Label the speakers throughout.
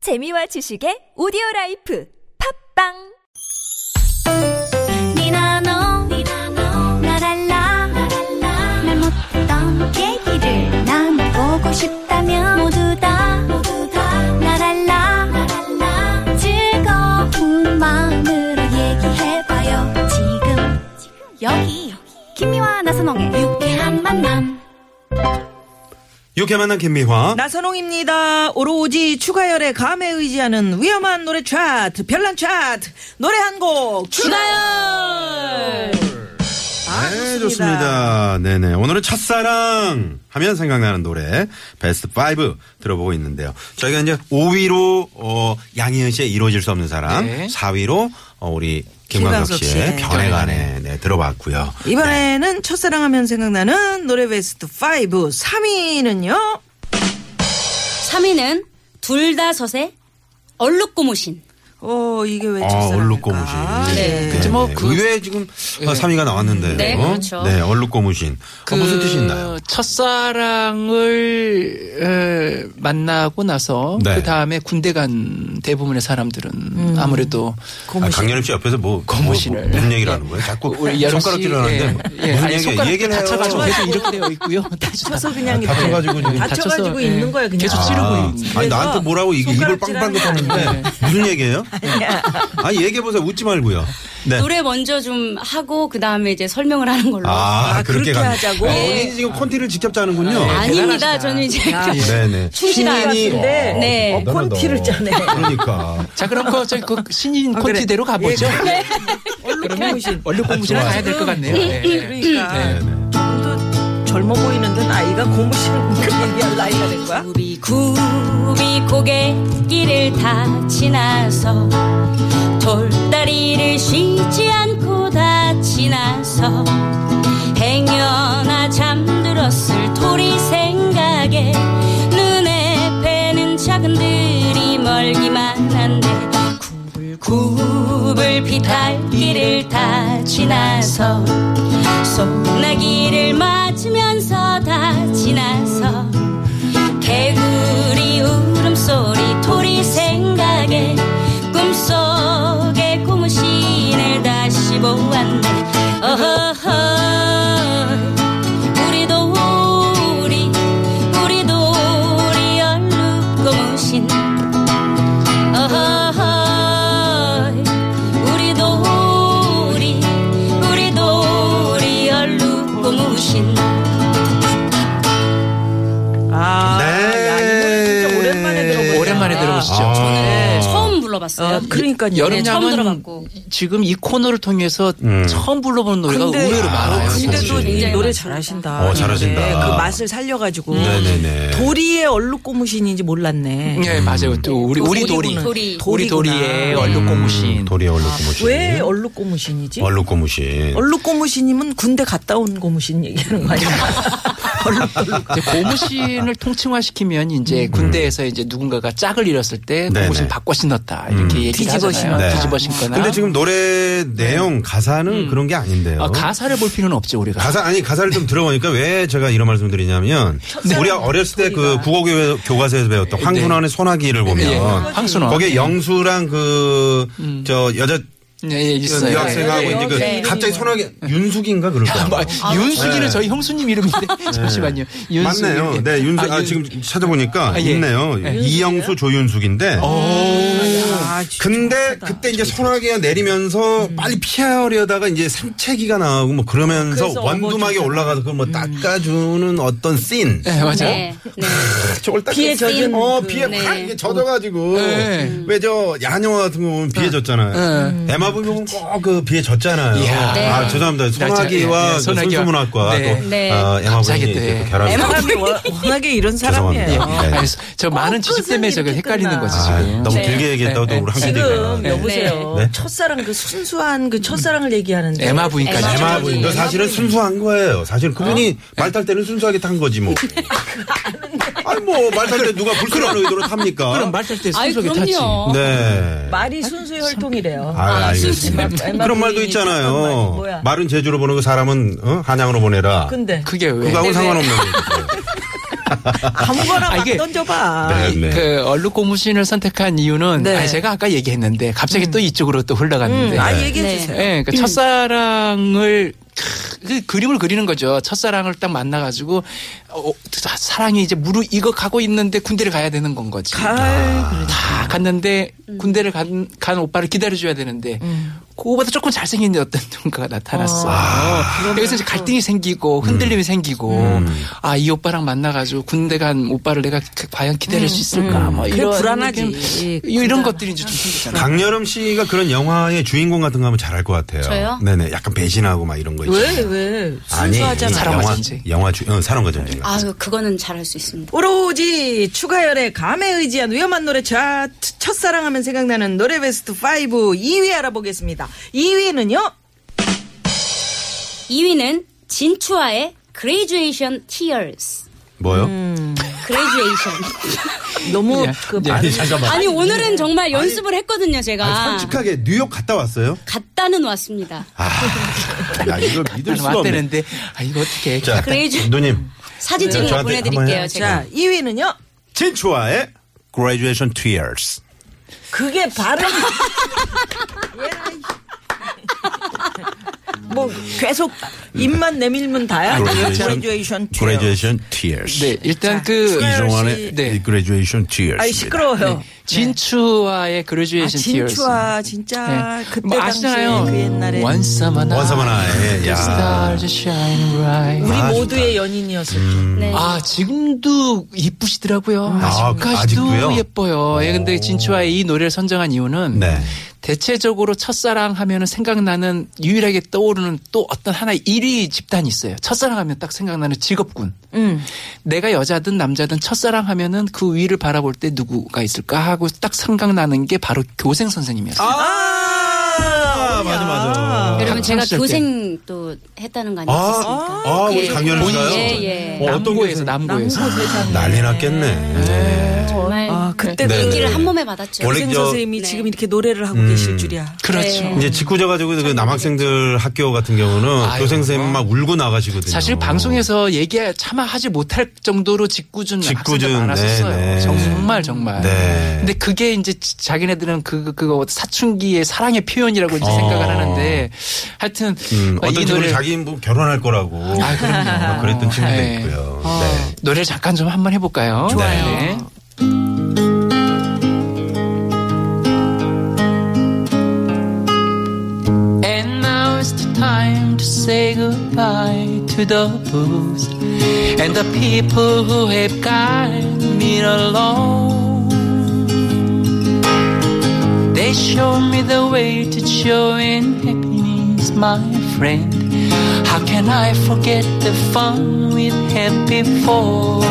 Speaker 1: 재미와 지식의 오디오 라이프 팝빵
Speaker 2: 니나노 나랄라 말 못했던 얘기를 나눠보고 싶다면 모두 다 나랄라 즐거운 마음으로 얘기해봐요 지금 여기 김미와 나선홍의 유쾌한 만남
Speaker 3: 이렇게 만난 김미화.
Speaker 4: 나선홍입니다. 오로지 추가열의 감에 의지하는 위험한 노래 차트, 별난 차트, 노래 한 곡 추가열. 아,
Speaker 3: 네, 좋습니다. 네네. 오늘은 첫사랑 하면 생각나는 노래 베스트 5 들어보고 있는데요. 저희가 이제 5위로 어, 양희은 씨의 이루어질 수 없는 사랑,
Speaker 5: 네.
Speaker 3: 4위로 어, 우리 김광석
Speaker 4: 김광석 씨의
Speaker 3: 씨의 변해가네 네, 들어봤고요. 네.
Speaker 4: 이번에는 첫사랑하면 생각나는 노래 베스트 5 3위는요.
Speaker 6: 3위는 둘 다 서세 얼룩고무신.
Speaker 4: 어 이게 왜
Speaker 3: 아,
Speaker 4: 첫사랑?
Speaker 3: 얼룩고무신.
Speaker 6: 네.
Speaker 5: 그치, 뭐 그-
Speaker 3: 의외에 지금 3위가 나왔는데요.
Speaker 6: 네, 그렇죠.
Speaker 3: 네, 얼룩고무신.
Speaker 5: 그
Speaker 3: 어, 무슨 뜻이 있나요?
Speaker 5: 첫사랑을 에, 만나고 나서
Speaker 3: 네.
Speaker 5: 그 다음에 군대 간 대부분의 사람들은
Speaker 4: 음.
Speaker 5: 아무래도
Speaker 3: 아, 강렬입 씨 옆에서 뭐, 뭐, 뭐
Speaker 5: 고무신을.
Speaker 3: 무슨 얘기를 하는 거예요? 자꾸
Speaker 5: 우리 여름
Speaker 3: 손가락질을 하는데 뭐
Speaker 5: 예, 예.
Speaker 3: 무슨
Speaker 5: 아니,
Speaker 3: 얘기,
Speaker 5: 손가락
Speaker 3: 얘기를 해요. 뭐.
Speaker 5: 다쳐가지고 계속 이렇게 되어 있고요. 예,
Speaker 4: 쳐서 그냥 이렇게
Speaker 3: 아, 다쳐가지고 지금 예.
Speaker 4: 다쳐가지고 있는 거야, 그냥.
Speaker 5: 계속 아. 찌르고
Speaker 3: 아,
Speaker 5: 있는.
Speaker 3: 아니 나한테 뭐라고 이게 입을 빵빵
Speaker 4: 손가락질
Speaker 3: 긋었는데 무슨 얘기예요? 아 얘기해 보세요. 웃지 말고요. 네.
Speaker 6: 노래 먼저 좀 하고 그 다음에 이제 설명을 하는 걸로.
Speaker 3: 아,
Speaker 4: 아,
Speaker 3: 그렇게,
Speaker 4: 그렇게
Speaker 3: 가-
Speaker 4: 하자고?
Speaker 3: 아, 본인이 지금 콘티를 직접 짜는군요.
Speaker 6: 닙니다 저는 이제
Speaker 5: 예.
Speaker 3: 네네.
Speaker 6: 아, 충실한.
Speaker 4: 같은데.
Speaker 6: 네.
Speaker 3: 대단하다.
Speaker 4: 콘티를 짜네.
Speaker 3: 그러니까.
Speaker 5: 자 그럼 그, 저희 그 신인
Speaker 4: 아, 그래. 네.
Speaker 5: 콘티대로 가보죠.
Speaker 4: 얼룩고무신.
Speaker 5: 얼룩
Speaker 3: 아,
Speaker 5: 공부실 가야 될 것 같네요. 네.
Speaker 4: 그러니까
Speaker 3: 네네.
Speaker 4: 좀더 젊어 보이는데 나이가 고무신 얘기할 나이가 된 거야?
Speaker 6: 굽이 굽이 고갯길을 다 지나서 돌다리를 쉬지 않고 다 지나서 행여나 잠들었을 토리 생각에 눈에 뵈는 작은 들이 멀기만 한데 구불구불 비탈길을 다 지나서 소나기를 맞으면서 다 지나서 개구리 울음소리 토리 생각에 꿈속에 고무신을 다시 보았네 어허허 우리도 우리 우리도 우리 얼룩 고무신 어허허 우리도 우리 우리도 우리 얼룩 고무신
Speaker 4: 아, 야, 이거 진짜 오랜만에 들어보네.
Speaker 5: 오랜만에 들어보시죠.
Speaker 3: 아.
Speaker 5: 네.
Speaker 6: 저는 처음 불러봤어요.
Speaker 4: 아, 그러니까요.
Speaker 6: 네, 처음
Speaker 5: 여름양은
Speaker 6: 들어봤고.
Speaker 5: 지금 이 코너를 통해서
Speaker 3: 음.
Speaker 5: 처음 불러보는 노래가
Speaker 4: 근데- 어,
Speaker 5: 의외로
Speaker 3: 아,
Speaker 5: 많아요.
Speaker 3: 근데
Speaker 4: 근데도
Speaker 3: 고무신.
Speaker 4: 이
Speaker 6: 굉장히
Speaker 4: 노래
Speaker 6: 많습니다.
Speaker 4: 잘하신다.
Speaker 3: 어, 잘하신다.
Speaker 4: 네, 그 맛을 살려가지고.
Speaker 3: 네네네.
Speaker 4: 도리의 얼룩 고무신인지 몰랐네.
Speaker 5: 네
Speaker 3: 음.
Speaker 5: 맞아요. 또 우리 우리 도리
Speaker 6: 도리.
Speaker 5: 우리 도리의
Speaker 4: 도리구나.
Speaker 5: 얼룩 공무신.
Speaker 3: 음, 도리의 얼룩 고무신.
Speaker 4: 왜 얼룩 고무신이지?
Speaker 3: 얼룩 고무신.
Speaker 4: 얼룩 고무신이면 군대 갔다 온 고무신 얘기하는 거 아니야? 얼룩
Speaker 5: 이제 고무신을 통칭화시키면 이제 군대에서 이제 누군가가 짝을 잃었을 때
Speaker 3: 음. 네네. 음.
Speaker 5: 고무신 바꿔 신었다 이렇게 얘기를
Speaker 4: 뒤집어
Speaker 5: 하잖아요.
Speaker 4: 신었다.
Speaker 5: 뒤집어 신거나.
Speaker 3: 근데 지금 노래 내용 가사는 그런 게 아닌데요.
Speaker 5: 아, 가사를 볼 필요는 없죠 우리가.
Speaker 3: 가사 아니 가사를 좀 들어보니까 왜 제가 이런 말씀 드리냐면
Speaker 5: 네.
Speaker 3: 우리가 어렸을 때 그 국어 교회- 교과서에서 배웠던 황순환의 소나기를 보면
Speaker 5: 예, 황순원.
Speaker 3: 거기에 영수랑 그 저 여자
Speaker 5: 예, 예, 음. 있어요. 네.
Speaker 3: 여학생하고 이제 그 갑자기 소나기 윤숙인가 그럴 거야.
Speaker 5: 아, 윤숙이는 저희 형수님 이름인데 잠시만요. 윤숙이.
Speaker 3: 네. 맞네요. 네, 윤숙. 아,
Speaker 5: 윤-
Speaker 3: 지금 찾아보니까
Speaker 5: 예. 어,
Speaker 3: 있네요. 이영수 조윤숙인데.
Speaker 4: 아, 진짜.
Speaker 3: 근데 그때 이제 소나기가 내리면서
Speaker 5: 음.
Speaker 3: 빨리 피하려다가 이제 생채기가 나오고 뭐 그러면서
Speaker 4: 그래서
Speaker 3: 원두막에
Speaker 4: 어머,
Speaker 3: 올라가서 그걸 뭐 닦아주는 어떤 씬.
Speaker 5: 음. 네, 맞아요.
Speaker 6: 네. 네.
Speaker 3: 저걸 딱
Speaker 6: 비에 젖은
Speaker 3: 어
Speaker 6: 그-
Speaker 3: 비에
Speaker 6: 네.
Speaker 3: 확 이게 젖어가지고
Speaker 5: 네.
Speaker 4: 음.
Speaker 3: 왜 저 야녀 같은 거 보면 비에 젖잖아요. 대마불 보면 꼭 그 비에 젖잖아요.
Speaker 5: 이야.
Speaker 6: 네.
Speaker 3: 아 죄송합니다.
Speaker 5: 네,
Speaker 3: 소나기와
Speaker 5: 소나기와-
Speaker 3: 손수문학과
Speaker 5: 네.
Speaker 3: 또
Speaker 6: 네.
Speaker 3: 어,
Speaker 5: 갑자기
Speaker 3: 에마불이
Speaker 5: 또
Speaker 3: 이렇게
Speaker 5: 예.
Speaker 3: 또 결합이
Speaker 4: 사람이 워- 워낙에 이런
Speaker 3: 죄송합니다.
Speaker 4: 사람이에요.
Speaker 3: 예.
Speaker 5: 아니, 저 많은 지식 때문에 저거
Speaker 4: 어, 이렇게
Speaker 5: 헷갈리는
Speaker 4: 끝나.
Speaker 5: 거지
Speaker 3: 아,
Speaker 5: 지금.
Speaker 3: 너무
Speaker 6: 네.
Speaker 3: 길게 얘기했다고
Speaker 5: 네.
Speaker 3: 또 우리
Speaker 4: 지금
Speaker 3: 한가지가
Speaker 4: 여보세요.
Speaker 3: 네.
Speaker 4: 첫사랑 그 순수한 그 첫사랑을 얘기하는데.
Speaker 5: 에마 부인까지.
Speaker 6: 에마
Speaker 3: 에마 부인도
Speaker 6: 에마
Speaker 3: 사실은 순수한 거예요. 사실 그분이 말 탈 때는 순수하게 탄 거지 뭐. 아니 뭐 말 탈 때 누가 불순한 의도로 탑니까?
Speaker 5: 그럼 말탈 때
Speaker 6: 아이,
Speaker 5: 순수하게 탔지.
Speaker 6: 그럼요.
Speaker 3: 네.
Speaker 4: 말이 순수의 혈통이래요.
Speaker 3: 아,
Speaker 6: 아,
Speaker 3: 알겠습니다.
Speaker 6: 순수한
Speaker 4: 에마
Speaker 3: 그런 말도
Speaker 4: 부인이 착한 말이
Speaker 3: 있잖아요.
Speaker 4: 뭐야.
Speaker 3: 말은 제주로 보내고 사람은 어? 한양으로 보내라.
Speaker 4: 근데
Speaker 5: 그게 왜?
Speaker 3: 그거하고 상관없는 거죠.
Speaker 4: 아무거나
Speaker 5: 아,
Speaker 4: 막
Speaker 5: 이게-
Speaker 4: 던져봐.
Speaker 3: 네.
Speaker 5: 이- 그 얼룩고무신을 선택한 이유는
Speaker 4: 네.
Speaker 5: 아니, 제가 아까 얘기했는데 갑자기 또 이쪽으로 또
Speaker 4: 음,
Speaker 5: 흘러갔는데
Speaker 4: 아
Speaker 3: 네.
Speaker 4: 얘기해
Speaker 6: 네.
Speaker 4: 주세요.
Speaker 5: 예, 그러니까 첫사랑을 크- 그 그림을 그리는 거죠. 첫사랑을 딱 만나가지고 어, 자, 사랑이 이제 무르익어가고 있는데 군대를 가야 되는 건 거지.
Speaker 4: 아,
Speaker 5: 다 갔는데
Speaker 4: 음.
Speaker 5: 군대를 간, 간 오빠를 기다려줘야 되는데 그거보다 조금 잘생긴 어떤 누군가가 나타났어.
Speaker 3: 아.
Speaker 5: 여기서 이제 갈등이 생기고
Speaker 3: 음.
Speaker 5: 흔들림이 생기고 아 이 오빠랑 만나가지고 군대 간 오빠를 내가 그- 과연 기다릴 수 있을까?
Speaker 3: 음.
Speaker 5: 뭐
Speaker 4: 그래,
Speaker 5: 이런
Speaker 4: 음. 불안하지.
Speaker 5: 느낌.
Speaker 4: 예,
Speaker 5: 이런
Speaker 4: 군대는.
Speaker 5: 것들이 이제 좀 생기잖아. 요
Speaker 3: 강여름 씨가 그런 영화의 주인공 같은 거 하면 잘할 것 같아요.
Speaker 6: 저요?
Speaker 3: 네네. 약간 배신하고 막 이런 거
Speaker 4: 왜,
Speaker 3: 있잖아요.
Speaker 4: 왜?
Speaker 3: 아니,
Speaker 4: 순수하잖아.
Speaker 5: 사랑과
Speaker 3: 영화,
Speaker 5: 전쟁.
Speaker 3: 영화 주, 어, 사랑과 전쟁.
Speaker 6: 아, 그거는 잘할 수 있습니다.
Speaker 4: 오로지 추가열의 감에 의지한 위험한 노래 차트 첫사랑하면 생각나는 노래 베스트 5 2위 알아보겠습니다. 2위는요?
Speaker 6: 2위는 진추아의 Graduation Tears.
Speaker 3: 뭐요?
Speaker 6: Graduation.
Speaker 4: 너무
Speaker 5: 예.
Speaker 4: 그
Speaker 5: 예.
Speaker 3: 아니, 잠깐만.
Speaker 6: 아니 오늘은 정말 연습을 했거든요 제가.
Speaker 3: 아니, 솔직하게 뉴욕 갔다 왔어요?
Speaker 6: 갔다는 왔습니다.
Speaker 3: 아, 야, 이걸 믿을 수가 없네.
Speaker 5: 왔대는데 아 이거 어떻게
Speaker 3: 자,
Speaker 6: 그레이즈-
Speaker 3: 누님.
Speaker 6: 사진
Speaker 3: 네,
Speaker 6: 찍은 거
Speaker 3: 저한테 한번
Speaker 6: 보내드릴게요
Speaker 3: 해.
Speaker 6: 제가.
Speaker 4: 자, 2위는요?
Speaker 3: 진초아의 Graduation Tears.
Speaker 4: 그게 발음. 얘는 뭐 계속 입만 내밀면 다야. 그레듀에이션
Speaker 3: 아, 네. Graduation Tears.
Speaker 5: 네 일단
Speaker 4: 자,
Speaker 5: 그
Speaker 4: 추가열
Speaker 3: 이종환의
Speaker 4: 씨.
Speaker 5: 네.
Speaker 3: Graduation Tears.
Speaker 4: 아이 시끄러워요.
Speaker 3: 네.
Speaker 4: 네.
Speaker 5: 진추와의
Speaker 4: 아,
Speaker 5: 그레듀에이션 티어스.
Speaker 4: 진추아 진짜
Speaker 3: 네.
Speaker 4: 그때
Speaker 5: 뭐
Speaker 4: 당시에 그 옛날에
Speaker 5: 원서만
Speaker 3: 원서만 하에, 예, 야.
Speaker 4: 우리
Speaker 3: 아, 음.
Speaker 4: 모두의 연인이었을
Speaker 6: 네.
Speaker 5: 아 지금도 이쁘시더라고요.
Speaker 3: 아,
Speaker 5: 아직까지도
Speaker 3: 아직도요?
Speaker 5: 예뻐요. 예, 근데 진추와의 이 노래를 선정한 이유는
Speaker 3: 네.
Speaker 5: 대체적으로 첫사랑 하면은 생각나는 유일하게 떠오르는 또 어떤 하나의 1위 집단이 있어요. 첫사랑 하면 딱 생각나는 직업군. 내가 여자든 남자든 첫사랑 하면은 그 위를 바라볼 때 누구가 있을까 하고 딱 생각나는 게 바로 교생 선생님이었어요.
Speaker 3: 아, 맞아, 맞아.
Speaker 6: 여러분 제가
Speaker 5: 삼십 대.
Speaker 6: 교생 또 했다는 거
Speaker 3: 아,
Speaker 6: 아니겠습니까?
Speaker 3: 아, 우리 강렬 씨가요?
Speaker 6: 예, 예.
Speaker 3: 어, 어떤
Speaker 5: 남고에서
Speaker 3: 교생?
Speaker 5: 남고에서
Speaker 3: 아, 난리 났겠네.
Speaker 6: 정말
Speaker 4: 아, 그때도
Speaker 6: 그
Speaker 3: 네,
Speaker 6: 인기를
Speaker 3: 네.
Speaker 6: 한 몸에 받았죠.
Speaker 3: 원래
Speaker 4: 생
Speaker 3: 저- 음.
Speaker 4: 선생님이
Speaker 6: 네.
Speaker 4: 지금 이렇게 노래를 하고 계실 줄이야.
Speaker 5: 그렇죠.
Speaker 6: 네.
Speaker 3: 이제 직구져가지고 그 남학생들 학교 같은 경우는
Speaker 5: 아유,
Speaker 3: 교생 선생님 막 울고 나가시거든요.
Speaker 5: 사실 방송에서 얘기 차마 하지 못할 정도로 짓궂은
Speaker 3: 짓궂은,
Speaker 5: 학생들 많았었어요.
Speaker 3: 네, 네.
Speaker 5: 정말 정말.
Speaker 3: 네.
Speaker 5: 근데 그게 이제 지- 자기네들은 그 그거 사춘기의 사랑의 표현이라고 이제
Speaker 3: 어.
Speaker 5: 생각을 하는데 하여튼
Speaker 3: 음,
Speaker 5: 이
Speaker 3: 어떤 친구는
Speaker 5: 노래를-
Speaker 3: 자기 뭐 결혼할 거라고
Speaker 5: 아, 그럼요.
Speaker 3: 어, 그랬던 친구도
Speaker 5: 네.
Speaker 3: 있고요. 네.
Speaker 5: 노래를 잠깐 좀 한번 해볼까요?
Speaker 3: 좋아요.
Speaker 5: 네. And now is the time to say goodbye to the booze and the people who have guided me along. They show me the way to joy and happiness, my friend. How can I forget the fun we had before?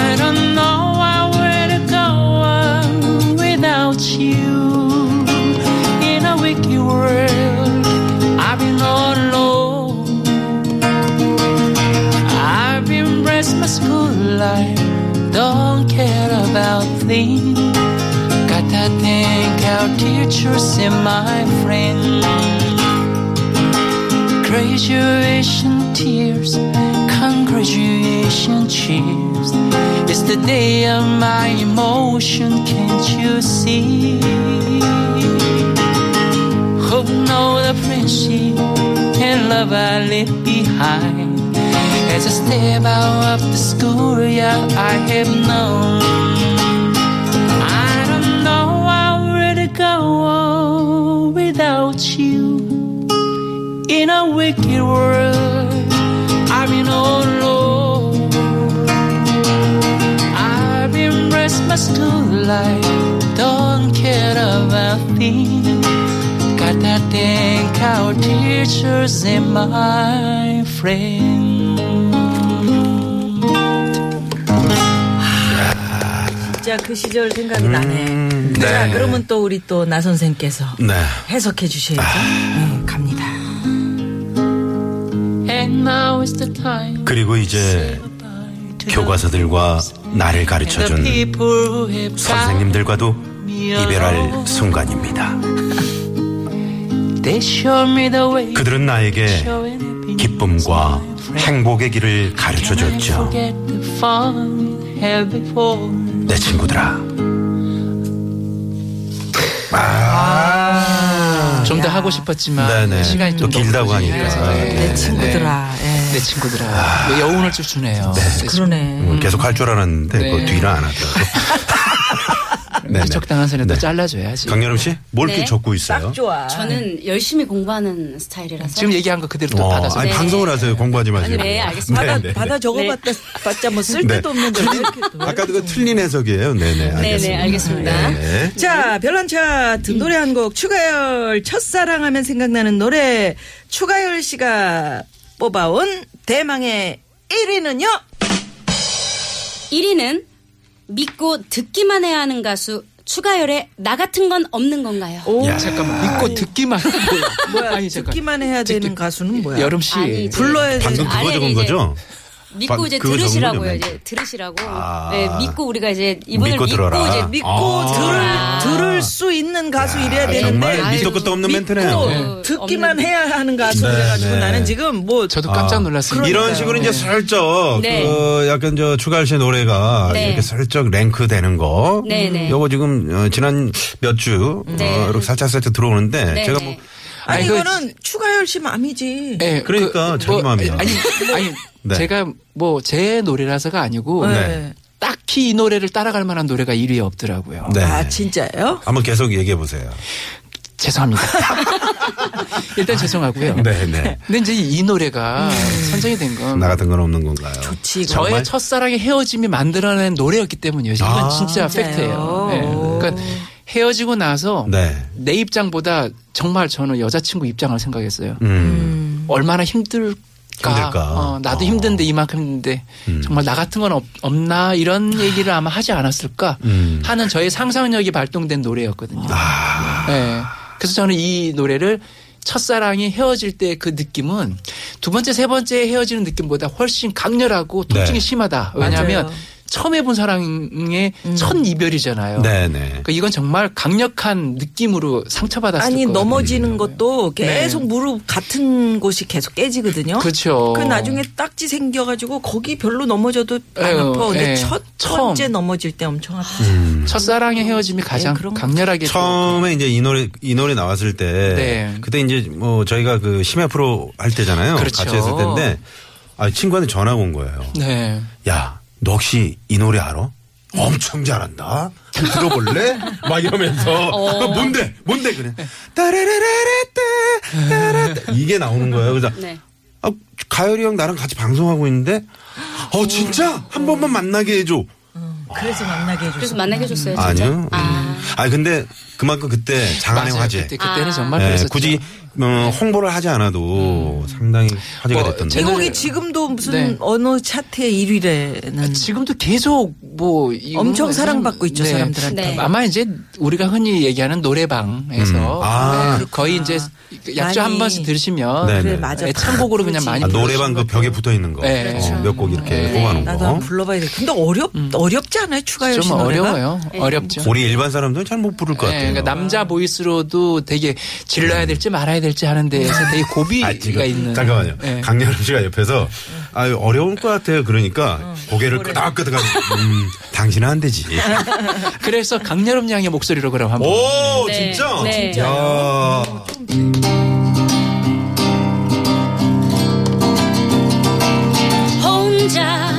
Speaker 5: I don't know I where to go on without you. In a wicked world, I've been all alone. I've been blessed my school life, don't care about things. Gotta thank our teachers and my friends. Graduation tears, congratulations cheers. It's the day of my emotion, can't you see? Hope no the friendship and love I left behind. As I step out of the school, yeah, I have known. I don't know how where to go without you in a wicked world. I've been all alone. I've been blessed my school life. Don't care about things. Gotta thank our teachers and my friends.
Speaker 4: 진짜 그 시절
Speaker 3: 음.
Speaker 4: 생각이 나네. 자, 그러면 또 우리 또 나 선생께서
Speaker 3: 네.
Speaker 4: 해석해 주셔야죠.
Speaker 3: 아.
Speaker 4: 네, 갑니다.
Speaker 5: And now is the time.
Speaker 3: 그리고 이제 교과서들과 나를 가르쳐준 선생님들과도 이별할 순간입니다.
Speaker 5: They show me the way.
Speaker 3: 그들은 나에게 기쁨과 행복의 길을 가르쳐 줬죠.
Speaker 7: Forget the fun held before.
Speaker 3: 내 친구들아.
Speaker 7: 좀 더 하고 싶었지만
Speaker 3: 네네.
Speaker 7: 시간이 좀
Speaker 3: 또 길다고
Speaker 7: 너무
Speaker 3: 하니까.
Speaker 7: 걸리네요.
Speaker 3: 네.
Speaker 4: 내 친구들아. 예.
Speaker 7: 내 친구들아. 왜뭐 여운을 쭉 주네요. 네.
Speaker 4: 그러네.
Speaker 3: 음, 계속 할 줄 알았는데
Speaker 7: 네.
Speaker 3: 그 뒤를 안 하더라고. 네네.
Speaker 7: 적당한 선에 또
Speaker 3: 네.
Speaker 7: 잘라줘야지.
Speaker 3: 강여름 씨, 뭘 이렇게
Speaker 6: 네.
Speaker 3: 적고 있어요?
Speaker 4: 좋아.
Speaker 3: 네.
Speaker 6: 저는 열심히 공부하는 스타일이라서
Speaker 7: 지금 얘기한 거 그대로 또
Speaker 3: 어,
Speaker 7: 받아서.
Speaker 3: 아니,
Speaker 6: 네.
Speaker 3: 방송을 하세요. 공부하지 마시고.
Speaker 6: 아니, 네, 알겠습니다.
Speaker 3: 네,
Speaker 4: 받아,
Speaker 3: 네, 네.
Speaker 4: 받아 적어봤자 뭐쓸
Speaker 3: 네.
Speaker 4: 데도 없는데 왜 이렇게 또.
Speaker 3: 아까 그 틀린 해석이에요. 네네. 알겠습니다.
Speaker 6: 알겠습니다.
Speaker 3: 네.
Speaker 4: 자, 별난 차트 노래 한 곡 추가열 첫사랑 하면 생각나는 노래 추가열 씨가 뽑아온 대망의 1위는요?
Speaker 3: 네.
Speaker 6: 1위는 믿고 듣기만 해야 하는 가수 추가열의 나 같은 건 없는 건가요?
Speaker 4: 오,
Speaker 3: 야.
Speaker 7: 잠깐만 믿고 듣기만 하고.
Speaker 4: 뭐야,
Speaker 7: 아니, 잠깐.
Speaker 4: 듣기만 해야
Speaker 7: 듣기-
Speaker 4: 되는 가수는 뭐야?
Speaker 7: 여름 씨
Speaker 6: 아니, 이제
Speaker 4: 예. 불러야 되는
Speaker 3: 방금 그거
Speaker 6: 아니,
Speaker 3: 적은
Speaker 6: 이제
Speaker 3: 거죠?
Speaker 6: 믿고
Speaker 3: 방-
Speaker 6: 이제
Speaker 3: 그거
Speaker 6: 들으시라고요.
Speaker 3: 전문이요,
Speaker 6: 이제 들으시라고.
Speaker 3: 아.
Speaker 6: 네, 믿고 우리가 이제 이분을
Speaker 3: 믿고
Speaker 6: 믿고,
Speaker 3: 들어라.
Speaker 6: 이제
Speaker 4: 믿고
Speaker 3: 아.
Speaker 4: 들을, 들을 수 있는 가수 이래야 되는데.
Speaker 3: 정말 밑도 끝도 없는
Speaker 4: 믿고
Speaker 3: 멘트네요.
Speaker 6: 네.
Speaker 4: 듣기만
Speaker 6: 없는-
Speaker 4: 해야 하는 가수
Speaker 3: 네,
Speaker 4: 그래가지고
Speaker 3: 네.
Speaker 4: 나는 지금 뭐
Speaker 7: 저도 깜짝 놀랐습니다.
Speaker 3: 아. 이런 식으로 이제
Speaker 7: 네.
Speaker 3: 슬쩍
Speaker 6: 네.
Speaker 3: 그 약간 저 추가할 씨 노래가
Speaker 6: 네.
Speaker 3: 이렇게 슬쩍 랭크되는 거.
Speaker 6: 네, 네.
Speaker 3: 요거 지금 어, 지난 몇 주 어,
Speaker 6: 네.
Speaker 3: 이렇게 살짝 살짝 들어오는데
Speaker 6: 네,
Speaker 3: 제가
Speaker 6: 네.
Speaker 3: 뭐
Speaker 4: 아니
Speaker 7: 아니, 그-
Speaker 4: 이거는 추가열 씨 맘이지.
Speaker 7: 예,
Speaker 3: 그러니까 자기 마음이야.
Speaker 7: 아니, 아니
Speaker 3: 네.
Speaker 7: 제가 뭐 제 노래라서가 아니고
Speaker 3: 네.
Speaker 7: 딱히 이 노래를 따라갈 만한 노래가 1위에 없더라고요.
Speaker 3: 네.
Speaker 4: 아 진짜요?
Speaker 3: 한번 계속 얘기해 보세요.
Speaker 7: 죄송합니다. 일단 죄송하고요.
Speaker 3: 네, 네.
Speaker 7: 근데 이제 이 노래가 선정이 된 건
Speaker 3: 나 같은 건 없는 건가요?
Speaker 7: 저의
Speaker 3: 정말?
Speaker 7: 첫사랑의 헤어짐이 만들어낸 노래였기 때문이에요. 이건
Speaker 3: 아,
Speaker 7: 진짜 팩트예요. 예. 그러니까 헤어지고 나서
Speaker 3: 네.
Speaker 7: 내 입장보다 정말 저는 여자친구 입장을 생각했어요.
Speaker 3: 음.
Speaker 7: 얼마나 힘들까.
Speaker 3: 힘들까.
Speaker 7: 어, 나도
Speaker 3: 어. 음.
Speaker 7: 힘든데 이만큼 힘든데 정말 나 같은 건 없, 나 이런 얘기를 아마 하지 않았을까
Speaker 3: 음.
Speaker 7: 하는 저의 상상력이 발동된 노래였거든요. 예. 그래서 저는 이 노래를 첫사랑이 헤어질 때 그 느낌은 두 번째 세 번째 헤어지는 느낌보다 훨씬 강렬하고 통증이
Speaker 3: 네.
Speaker 7: 심하다. 왜냐하면
Speaker 4: 맞아요. 음.
Speaker 7: 처음 해본 사랑의 첫 이별이잖아요.
Speaker 3: 네, 네.
Speaker 7: 그러니까 이건 정말 강력한 느낌으로 상처받았을
Speaker 4: 아니
Speaker 7: 거거든요.
Speaker 4: 넘어지는 것도 계속
Speaker 7: 네.
Speaker 4: 무릎 같은 곳이 계속 깨지거든요.
Speaker 7: 그렇죠.
Speaker 4: 그 나중에 딱지 생겨가지고 거기 별로 넘어져도 안
Speaker 7: 에휴,
Speaker 4: 아파. 근데
Speaker 7: 예.
Speaker 4: 첫
Speaker 7: 처음. 음.
Speaker 4: 번째 넘어질 때 엄청 아파.
Speaker 7: 첫사랑의 헤어짐이 가장
Speaker 4: 네, 그런 거.
Speaker 7: 강렬하게
Speaker 3: 음. 처음에 이제 이 노래 이 노래 나왔을 때
Speaker 7: 예, 네.
Speaker 3: 그때 이제 뭐 저희가 그 심야 프로 할 때잖아요.
Speaker 7: 그렇죠.
Speaker 3: 같이 했을 때인데 아, 친구한테 전화가 온 거예요.
Speaker 7: 또- 네.
Speaker 3: 야, 너 혹시 이 노래 알아? 엄청 잘한다. 들어볼래? 막 이러면서 어, 뭔데? 뭔데 그래? 따라라라라따 따라따 이게 나오는 거예요. 그래서
Speaker 6: 네.
Speaker 3: 아, 가열이 형 나랑 같이 방송하고 있는데 어 진짜 한 번만 만나게 해줘.
Speaker 4: 그래서 만나게
Speaker 6: 그래서
Speaker 4: 해줘서.
Speaker 6: 만나게
Speaker 7: 네,
Speaker 6: 해줬어요. 진짜?
Speaker 3: 아니요.
Speaker 6: 아.
Speaker 3: 아 근데 그만큼 그때 장안의
Speaker 7: 맞아요.
Speaker 3: 화제.
Speaker 7: 그때, 그때는
Speaker 6: 아.
Speaker 7: 정말
Speaker 3: 예,
Speaker 7: 그랬었죠. 음.
Speaker 3: 굳이 어, 홍보를 하지 않아도 상당히 화제가
Speaker 7: 뭐,
Speaker 3: 됐던
Speaker 7: 제
Speaker 4: 이
Speaker 3: 데 아,
Speaker 7: 노래-
Speaker 4: 곡이 지금도 무슨
Speaker 7: 네.
Speaker 4: 어느 차트의 1위래는.
Speaker 7: 아, 지금도 계속 뭐 이거는
Speaker 4: 음. 엄청
Speaker 7: 완전-
Speaker 4: 사랑받고 있죠, 사람들한테.
Speaker 6: 네.
Speaker 7: 아마 이제 우리가 흔히 얘기하는 노래방에서
Speaker 3: 음. 아.
Speaker 7: 네, 거의 이제 약주
Speaker 4: 많이.
Speaker 7: 한 번씩 들으시면
Speaker 3: 네,
Speaker 4: 그래
Speaker 3: 네.
Speaker 4: 맞아.
Speaker 7: 애창곡으로 그냥
Speaker 4: 그렇지.
Speaker 7: 많이
Speaker 3: 아, 노래방 그 벽에 붙어 있는 거.
Speaker 7: 네. 그렇죠.
Speaker 3: 몇 곡 이렇게 뽑아놓은
Speaker 4: 나도 한번
Speaker 3: 거.
Speaker 4: 불러봐야 돼. 근데 어렵 어렵지 않아요 추가열 씨
Speaker 7: 음. 좀
Speaker 4: 노래가?
Speaker 7: 어려워요.
Speaker 4: 네.
Speaker 7: 어렵죠.
Speaker 3: 우리 일반 사람들은 잘 못 부를 것
Speaker 7: 예,
Speaker 3: 같아요. 음.
Speaker 7: 그러니까 남자 보이스로도 되게 질러야 될지 말아야 될지 하는 데에서 되게 고비가
Speaker 3: 아, 지금
Speaker 7: 있는. 네.
Speaker 3: 잠깐만요.
Speaker 7: 예.
Speaker 3: 강렬음 씨가 옆에서 아유 어려울 것 같아요.
Speaker 7: 어.
Speaker 3: 그러니까 고개를 끄덕끄덕 하고 음, 당신은 안 되지.
Speaker 7: 그래서 강렬음 양의 목소리로 그럼 한번.
Speaker 3: 오
Speaker 6: 네,
Speaker 3: 진짜.
Speaker 6: 네.
Speaker 3: 야.
Speaker 6: 혼자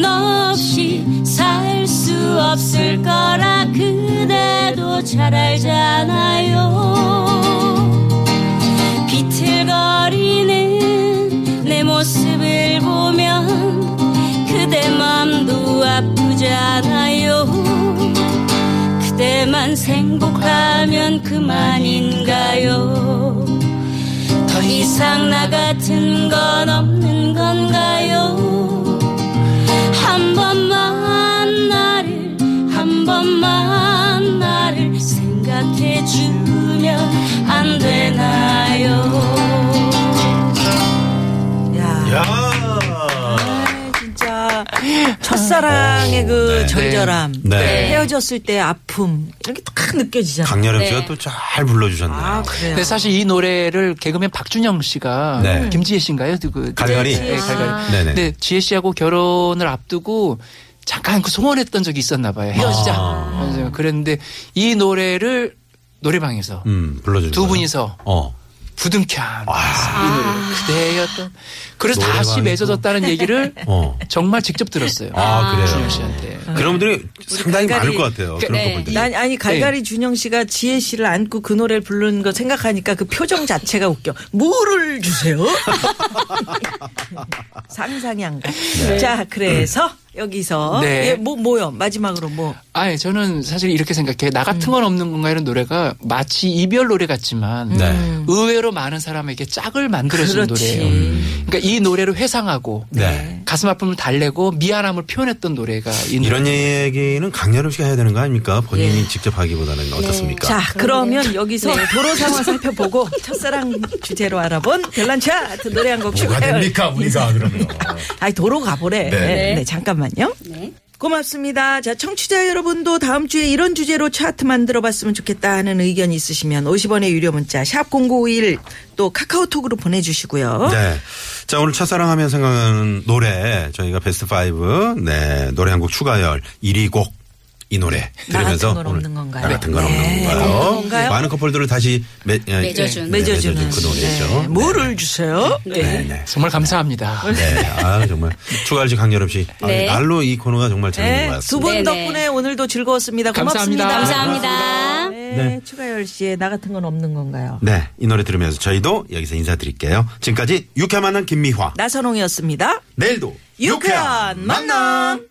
Speaker 6: 너 없이 살 수 없을 거라 그대도 잘 알잖아요 비틀거리는 내 모습을 보면 그대 맘도 아프잖아요 그대만 행복하면 그만인가요 더 이상 나 같은 건 없는 건가요? 한 번만 나를, 한 번만 나를 생각해 주면 안 되나요?
Speaker 7: 음.
Speaker 4: 야.
Speaker 3: 야.
Speaker 4: 진짜 첫사랑의 그 절절함,
Speaker 3: 네.
Speaker 4: 헤어졌을 때 아픔 이렇게 딱 느껴지잖아요.
Speaker 3: 강렬영
Speaker 6: 네.
Speaker 3: 씨가 또 잘 불러주셨네요.
Speaker 4: 아 그래요.
Speaker 7: 근데 사실 이 노래를 개그맨 박준영 씨가
Speaker 3: 네.
Speaker 7: 김지혜 씨인가요? 그
Speaker 3: 갈갈이.
Speaker 7: 네,
Speaker 4: 아.
Speaker 7: 갈갈이.
Speaker 3: 네네.
Speaker 7: 근데 지혜 씨하고 결혼을 앞두고 잠깐 그 소원했던 적이 있었나 봐요. 헤어지자.
Speaker 3: 아.
Speaker 7: 그래서 그랬는데 이 노래를 노래방에서
Speaker 3: 음, 불러주셨어요.
Speaker 7: 두 분이서
Speaker 3: 어.
Speaker 7: 부둥켜. 이 노래.
Speaker 4: 아.
Speaker 7: 그대였던. 그래서 다시
Speaker 3: 노래방에서.
Speaker 7: 맺어졌다는 얘기를
Speaker 3: 어.
Speaker 7: 정말 직접 들었어요.
Speaker 3: 아, 그래요?
Speaker 7: 준영 씨한테.
Speaker 3: 그런 분들이 상당히
Speaker 4: 네. 간간히-
Speaker 3: 많을 것 같아요. 그런
Speaker 6: 네.
Speaker 3: 커플들이.
Speaker 4: 난 아니
Speaker 7: 네.
Speaker 4: 갈갈이 준영 씨가 지혜 씨를 안고 그 노래를 부르는 거 생각하니까 그 표정 자체가 웃겨. 물을 주세요. 상상이 안 가.
Speaker 3: 네.
Speaker 4: 자 그래서 여기서
Speaker 7: 네.
Speaker 4: 예, 뭐 뭐요 마지막으로 뭐
Speaker 7: 아니 저는 사실 이렇게 생각해 나
Speaker 3: 음.
Speaker 7: 같은 건 없는 건가 이런 노래가 마치 이별 노래 같지만
Speaker 3: 네.
Speaker 7: 의외로 많은 사람에게 짝을 만들어주는
Speaker 4: 그렇지.
Speaker 7: 노래예요. 그러니까 이 노래를 회상하고
Speaker 3: 음. 네.
Speaker 7: 가슴 아픔을 달래고 미안함을 표현했던 노래가 이 노래.
Speaker 3: 이런 얘기는 강렬영 씨가 해야 되는 거 아닙니까? 본인이 직접 하기보다는 어떻습니까?
Speaker 4: 예. 네. 자, 그러면 여기서 도로 상황 살펴보고 첫사랑 주제로 알아본 별난 차트 노래 한 곡
Speaker 8: 뭐가
Speaker 4: 추가열.
Speaker 8: 됩니까 우리가 그러면
Speaker 4: 아니 도로 가보래. 네, 잠깐만요. 고맙습니다. 자, 청취자 여러분도 다음 주에 이런 주제로 차트 만들어 봤으면 좋겠다 하는 의견 있으시면 50원의 유료 문자 샵 0951 또 카카오톡으로 보내주시고요.
Speaker 3: 네. 자, 오늘 첫사랑하면 생각나는 노래 저희가 베스트 5 네, 노래 한 곡 추가열 1위 곡. 이 노래
Speaker 4: 나
Speaker 3: 들으면서
Speaker 4: 같은 건
Speaker 3: 오늘
Speaker 4: 없는 건가요?
Speaker 3: 나 같은 건
Speaker 4: 네.
Speaker 3: 없는
Speaker 4: 없는
Speaker 3: 건가요?
Speaker 4: 건가요?
Speaker 3: 많은 커플들을 다시 매, 에,
Speaker 6: 맺어준.
Speaker 3: 네, 맺어준
Speaker 4: 맺어주는
Speaker 3: 그 노래죠.
Speaker 4: 네, 뭐를 주세요?
Speaker 3: 네, 네.
Speaker 7: 정말 감사합니다.
Speaker 3: 네. 아, 정말 추가열 씨 강렬업 씨. 아,
Speaker 6: 네.
Speaker 3: 날로 이 코너가 정말 재밌는 것 같습니다.
Speaker 4: 두분
Speaker 6: 네네.
Speaker 4: 덕분에 오늘도 즐거웠습니다.
Speaker 7: 감사합니다.
Speaker 4: 고맙습니다.
Speaker 6: 감사합니다.
Speaker 4: 네,
Speaker 3: 네.
Speaker 4: 추가열 씨의 나 같은 건 없는 건가요?
Speaker 3: 네, 이 노래 들으면서 저희도 여기서 인사드릴게요. 지금까지 유쾌한 만남 김미화.
Speaker 4: 나선홍이었습니다.
Speaker 3: 내일도
Speaker 4: 유쾌한 만남.